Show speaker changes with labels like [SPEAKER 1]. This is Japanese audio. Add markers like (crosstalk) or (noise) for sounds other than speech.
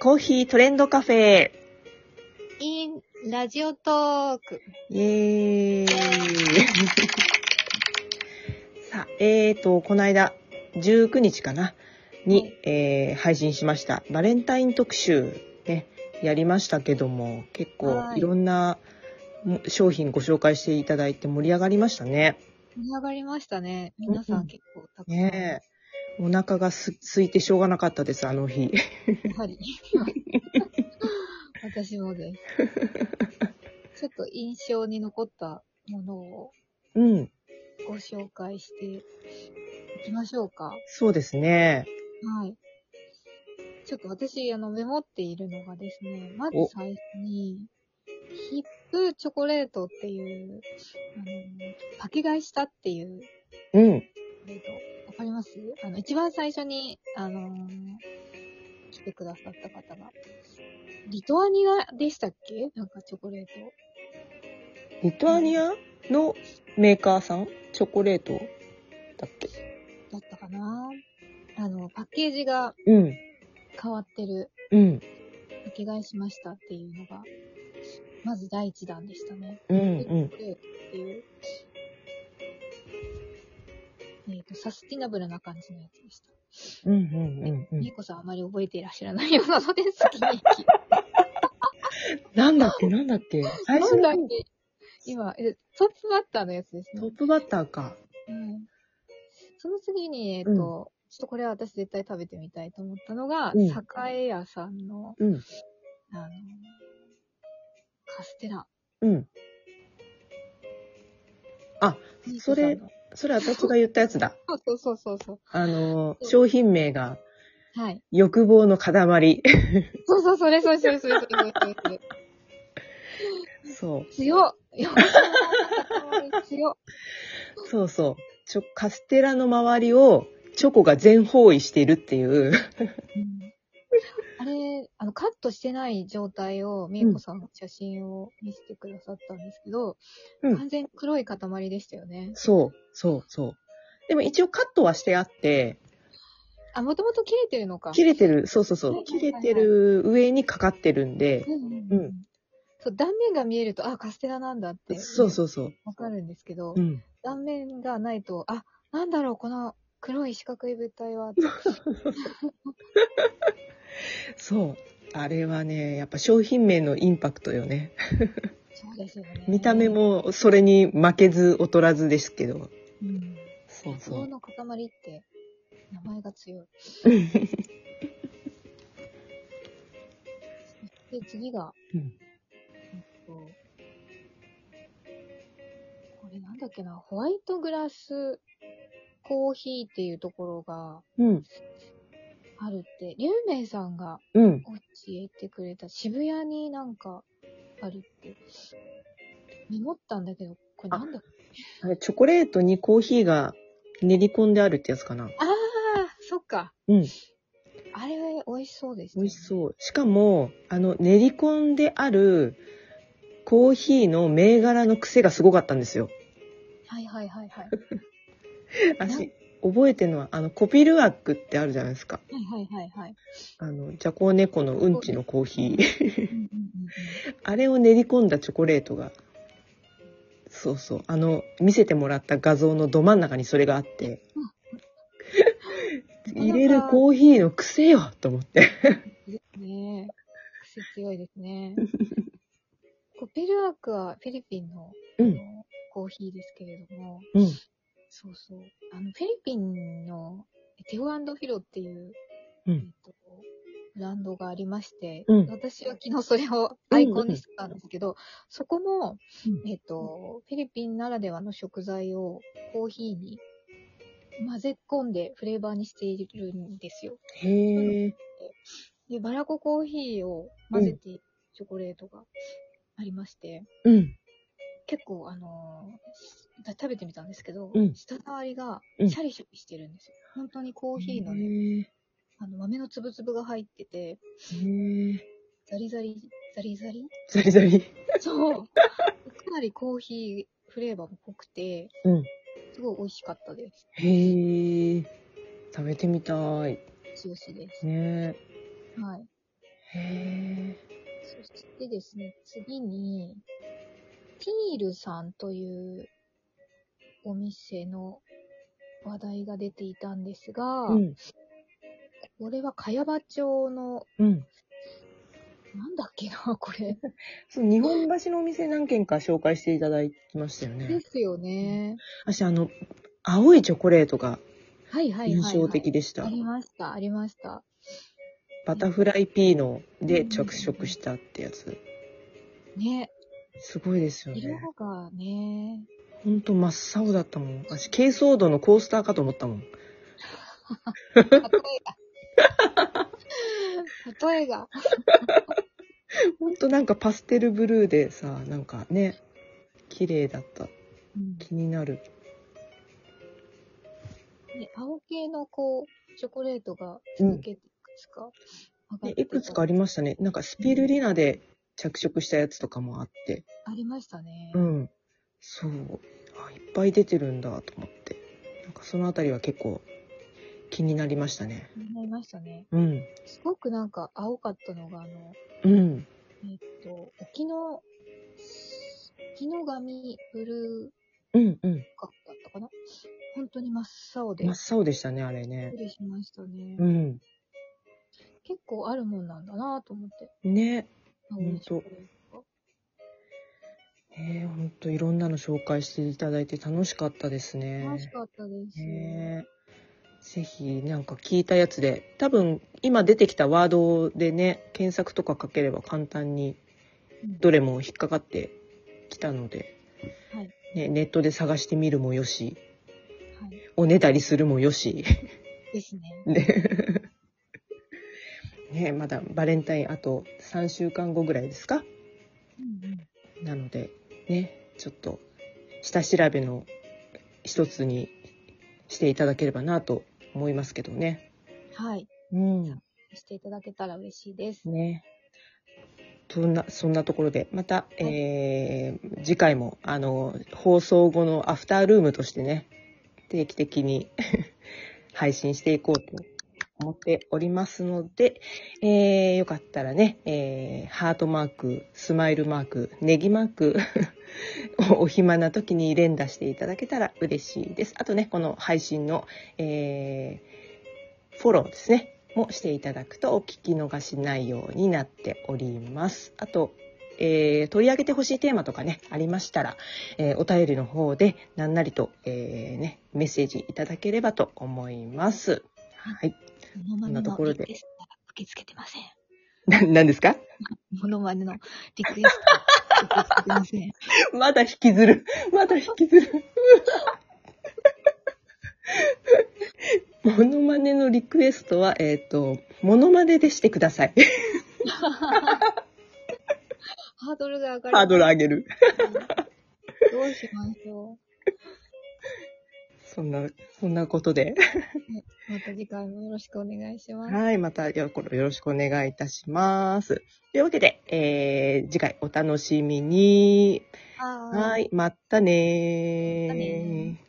[SPEAKER 1] コーヒートレンドカフェ。
[SPEAKER 2] イン、ラジオトーク。
[SPEAKER 1] イエーイ。 (laughs) さあ、えーと、この間、19日かな、に、えー配信しました。バレンタイン特集、ね、やりましたけども、結構
[SPEAKER 2] はい
[SPEAKER 1] いろんなも商品ご紹介していただいて盛り上がりましたね。
[SPEAKER 2] 盛り上がりましたね。皆さ
[SPEAKER 1] うん
[SPEAKER 2] ん結構たくさん。
[SPEAKER 1] ねえ。お腹がす空いてしょうがなかったです、あの日。 (laughs)
[SPEAKER 2] やはり。 (laughs) 私もです。ちょっと印象に残ったものを
[SPEAKER 1] うん、
[SPEAKER 2] ご紹介していきましょうか。
[SPEAKER 1] そうですね。
[SPEAKER 2] はい。ちょっと私、あの、メモっているのがですね、まず
[SPEAKER 1] お
[SPEAKER 2] 最初に、ヒップチョコレートっていう、あの、パケ買いしたっていう
[SPEAKER 1] うん、
[SPEAKER 2] えっと、わかりますあの、一番最初に、あのー来てくださった方が。リトアニアでしたっけなんかチョコレート。
[SPEAKER 1] リトアニアのメーカーさんチョコレートだっけ
[SPEAKER 2] だったかなあの、パッケージが
[SPEAKER 1] うん。
[SPEAKER 2] 変わってる、
[SPEAKER 1] うん。
[SPEAKER 2] おけ替えしましたっていうのが、まず第一弾でしたね。
[SPEAKER 1] うん
[SPEAKER 2] チョコレートっていう。えっ、と、サスティナブルな感じのやつでした。
[SPEAKER 1] うん。うんうんうんうん
[SPEAKER 2] 猫、さんあまり覚えていらっしゃらないようなのですけど。
[SPEAKER 1] なんだっけなんだっけ最初
[SPEAKER 2] なんだっ
[SPEAKER 1] の
[SPEAKER 2] け今、え、トップバッターのやつです
[SPEAKER 1] ト
[SPEAKER 2] ね
[SPEAKER 1] ッ。プバッターか。
[SPEAKER 2] うん。その次に、えっ、と、
[SPEAKER 1] うん
[SPEAKER 2] ちょっとこれは私絶対食べてみたいと思ったのが、
[SPEAKER 1] うん
[SPEAKER 2] 栄屋さんの、
[SPEAKER 1] うん。
[SPEAKER 2] あの、カステラ。
[SPEAKER 1] うん。それ
[SPEAKER 2] 猫さんの
[SPEAKER 1] それ私が言ったやつだ。
[SPEAKER 2] あそうそうそうそ
[SPEAKER 1] あの、商品名が
[SPEAKER 2] う。はい。
[SPEAKER 1] 欲望の塊。
[SPEAKER 2] そうそう、それ、それ、それ、それ、それ、それ、それ。
[SPEAKER 1] そう。 (laughs)
[SPEAKER 2] 強っよ強っ
[SPEAKER 1] そうそう。ちょ、カステラの周りをチョコが全包囲しているっていう。
[SPEAKER 2] うんあれ、あの、カットしてない状態を、みゆこさんの写真を見せてくださったんですけど、
[SPEAKER 1] うん
[SPEAKER 2] 完全に黒い塊でしたよね。
[SPEAKER 1] そう、そう、そう。でも一応カットはしてあって、
[SPEAKER 2] あ、もともと切れてるのか。
[SPEAKER 1] 切れてる、そうそうそ
[SPEAKER 2] は
[SPEAKER 1] う。
[SPEAKER 2] いはい
[SPEAKER 1] 切
[SPEAKER 2] はい
[SPEAKER 1] れ
[SPEAKER 2] はい
[SPEAKER 1] てる上にかかってるんで、
[SPEAKER 2] うんうん
[SPEAKER 1] う
[SPEAKER 2] うん。そう、断面が見えると、あ、カステラなんだって、
[SPEAKER 1] そうそうそう。
[SPEAKER 2] わかるんですけど、
[SPEAKER 1] うん。
[SPEAKER 2] 断面がないと、あ、なんだろう、この黒い四角い物
[SPEAKER 1] (laughs)
[SPEAKER 2] 体は。
[SPEAKER 1] そう。あれはね、やっぱ商品名のインパクトよね。
[SPEAKER 2] そうですよね。
[SPEAKER 1] 見た目。もそれに負けず劣らずですけど。
[SPEAKER 2] うん。
[SPEAKER 1] そうそ
[SPEAKER 2] そう
[SPEAKER 1] う。
[SPEAKER 2] の塊って、名前が強い。で、次が、
[SPEAKER 1] うん
[SPEAKER 2] えっと、これなんだっけな、ホワイトグラスコーヒーっていうところが
[SPEAKER 1] うん。
[SPEAKER 2] あるって、リュウメイさんが
[SPEAKER 1] うん。
[SPEAKER 2] 教えてくれた渋谷になんかあるって、メモったんだけど、これなんだっけ
[SPEAKER 1] あれ、チョコレートにコーヒーが練り込んであるってやつかな。
[SPEAKER 2] ああー、そっか。
[SPEAKER 1] うん。
[SPEAKER 2] あれ、美味しそうです、
[SPEAKER 1] 美味し
[SPEAKER 2] う。
[SPEAKER 1] そう。しかも、あの、練り込んであるコーヒーの銘柄の癖がすごかったんですよ。
[SPEAKER 2] はいはいはいはい。
[SPEAKER 1] 私、覚えてるのは、あの、コピルワックってあるじゃないですか。
[SPEAKER 2] はいはいはい (laughs) はい。
[SPEAKER 1] あの、ジャコウネコのうんちのコーヒー。
[SPEAKER 2] うんうんうんうん
[SPEAKER 1] あれを練り込んだチョコレートが、そうそう、あの、見せてもらった画像のど真ん中にそれがあって、入れるコーヒーの癖よと思って。
[SPEAKER 2] ですね。癖強いです (laughs) ね。こうペルアークはフィリピンの,、
[SPEAKER 1] う
[SPEAKER 2] あ
[SPEAKER 1] ん、
[SPEAKER 2] のコーヒーですけれども、
[SPEAKER 1] うん、
[SPEAKER 2] そうそう。あの、フィリピンのテオフィロっていう、
[SPEAKER 1] う
[SPEAKER 2] えっ
[SPEAKER 1] ん、
[SPEAKER 2] と、ブランドがありまして、
[SPEAKER 1] うん
[SPEAKER 2] 私は昨日それをアイコンにしてたんですけど、そこも、
[SPEAKER 1] うん
[SPEAKER 2] えっと、フィリピンならではの食材をコーヒーに混ぜ込んでフレーバーにしているんですよ。
[SPEAKER 1] へえ、
[SPEAKER 2] で、バラココーヒーを混ぜてチョコレートがありまして、
[SPEAKER 1] うん、
[SPEAKER 2] 結構あのーし食べてみたんですけど、
[SPEAKER 1] うん
[SPEAKER 2] 舌触りが
[SPEAKER 1] うん
[SPEAKER 2] シャリシャリしてるんですよ。本当にコーヒーのね、
[SPEAKER 1] へ
[SPEAKER 2] あの豆のつぶつぶが入ってて、
[SPEAKER 1] え、へえ、
[SPEAKER 2] ザリザリ、ザリ
[SPEAKER 1] (laughs)
[SPEAKER 2] ザリ
[SPEAKER 1] ザリザリ。
[SPEAKER 2] そう。かなりコーヒーフレーバーも濃くて、
[SPEAKER 1] うん
[SPEAKER 2] すごい美味しかったで
[SPEAKER 1] へえ、食べてみたい。
[SPEAKER 2] す。強しです。
[SPEAKER 1] ね
[SPEAKER 2] はい。
[SPEAKER 1] へ
[SPEAKER 2] そしてですね、次に、ピールさんというお店の話題が出ていたんです
[SPEAKER 1] え。
[SPEAKER 2] が、
[SPEAKER 1] うん。
[SPEAKER 2] これは茅場町の、
[SPEAKER 1] うん。
[SPEAKER 2] なんだっけな、 (laughs) これ。
[SPEAKER 1] そう、日本橋のお店何軒か紹介していただきましたよ
[SPEAKER 2] で
[SPEAKER 1] ね。
[SPEAKER 2] すよね。
[SPEAKER 1] 私、あの、青いチョコレートが
[SPEAKER 2] はいはいはい、
[SPEAKER 1] 印
[SPEAKER 2] はい。
[SPEAKER 1] 象的でした。
[SPEAKER 2] ありました、ありました。
[SPEAKER 1] バタフライピーノで着色したってやつ。
[SPEAKER 2] ね。
[SPEAKER 1] すごいですよ
[SPEAKER 2] 色
[SPEAKER 1] ね。
[SPEAKER 2] が
[SPEAKER 1] (laughs)
[SPEAKER 2] ね、
[SPEAKER 1] ほんと真っ青だったもん。私、珪藻土のコースターかと思ったもん。
[SPEAKER 2] 例えが。 (laughs) 例えが。
[SPEAKER 1] ほんとなんかパステルブルーでさ、なんかね、綺麗だった。
[SPEAKER 2] うん
[SPEAKER 1] 気になる。
[SPEAKER 2] ね、青系のこう、チョコレートが続けていくつか、
[SPEAKER 1] ねいくつかあ
[SPEAKER 2] り
[SPEAKER 1] りましたね。なんかスピルリナで着色したやつとかもあって。
[SPEAKER 2] ありましたね。
[SPEAKER 1] うん。そう。あ、いっぱい出てるんだと思って。なんかそのあたりは結構気になりましたね。
[SPEAKER 2] 気になりましたね。
[SPEAKER 1] うん。
[SPEAKER 2] すごくなんか青かったのが、あの、
[SPEAKER 1] うん。
[SPEAKER 2] えっと、沖の、沖の紙ブル
[SPEAKER 1] うんうん。
[SPEAKER 2] ーかだったかな本当に真っ青で、び
[SPEAKER 1] 真
[SPEAKER 2] っ
[SPEAKER 1] っ青でしたね、あれね
[SPEAKER 2] く。りしましたね。
[SPEAKER 1] うん。
[SPEAKER 2] 結構あるもんなんだなと思って。
[SPEAKER 1] ね。
[SPEAKER 2] 青
[SPEAKER 1] んと
[SPEAKER 2] いチョコレートが
[SPEAKER 1] えー、ほんといろんなの紹介していただいて楽しかったですね。
[SPEAKER 2] 楽しかったです。
[SPEAKER 1] ねぜひなんか聞いたやつで多分今出てきたワードでね検索とかかければ簡単に
[SPEAKER 2] うん
[SPEAKER 1] どれも引っかかってきたので、
[SPEAKER 2] はい
[SPEAKER 1] ね、ネットで探してみるもよし
[SPEAKER 2] はい。
[SPEAKER 1] おねだりするもよし
[SPEAKER 2] ですね。 (laughs)
[SPEAKER 1] ねねまだバレンタインあと3週間後ぐらいですか
[SPEAKER 2] うんうん。
[SPEAKER 1] なのでねちょっと下調べの一つにしていただければなと思いますけどね。
[SPEAKER 2] はい。
[SPEAKER 1] うん
[SPEAKER 2] していただけたら嬉しいです。
[SPEAKER 1] ね。そんな、そんなところで、また、
[SPEAKER 2] い
[SPEAKER 1] えー次回も、あの、放送後のアフタールームとしてね、定期的に (laughs) 配信していこうと思っておりますので、えーよかったらね、えーハートマーク、スマイルマーク、ネギマークをお (laughs) 暇な時に連打していただけたら嬉しいです。あとね、この配信の、えーフォローですね、もしていただくとお聞き逃しないようになっております。あと、えー取り上げてほしいテーマとかね、ありましたら、えーお便りの方で何なりと、えーね、メッセージいただければと思います。はい。
[SPEAKER 2] モノマ
[SPEAKER 1] ん
[SPEAKER 2] ネ
[SPEAKER 1] なと
[SPEAKER 2] の
[SPEAKER 1] ころ
[SPEAKER 2] リ
[SPEAKER 1] で
[SPEAKER 2] クエストは受け付けてません。
[SPEAKER 1] な、何ですか
[SPEAKER 2] モノマネのリクエストは受け付けてま
[SPEAKER 1] (laughs)
[SPEAKER 2] せん。
[SPEAKER 1] まだ引きずる。まだ引きずる。モノマネのリクエストは、えっ、と、モノマネでしてください。
[SPEAKER 2] ハードルが上がる。
[SPEAKER 1] ハードル上げる。
[SPEAKER 2] どうしましょ
[SPEAKER 1] そんな、そんなことで。
[SPEAKER 2] う。また次回もよろしくお願いします。
[SPEAKER 1] はい、またよよろしくお願いいたします。というわけで、えー、次回お楽しみに。
[SPEAKER 2] はーい
[SPEAKER 1] はい、またねー
[SPEAKER 2] またねー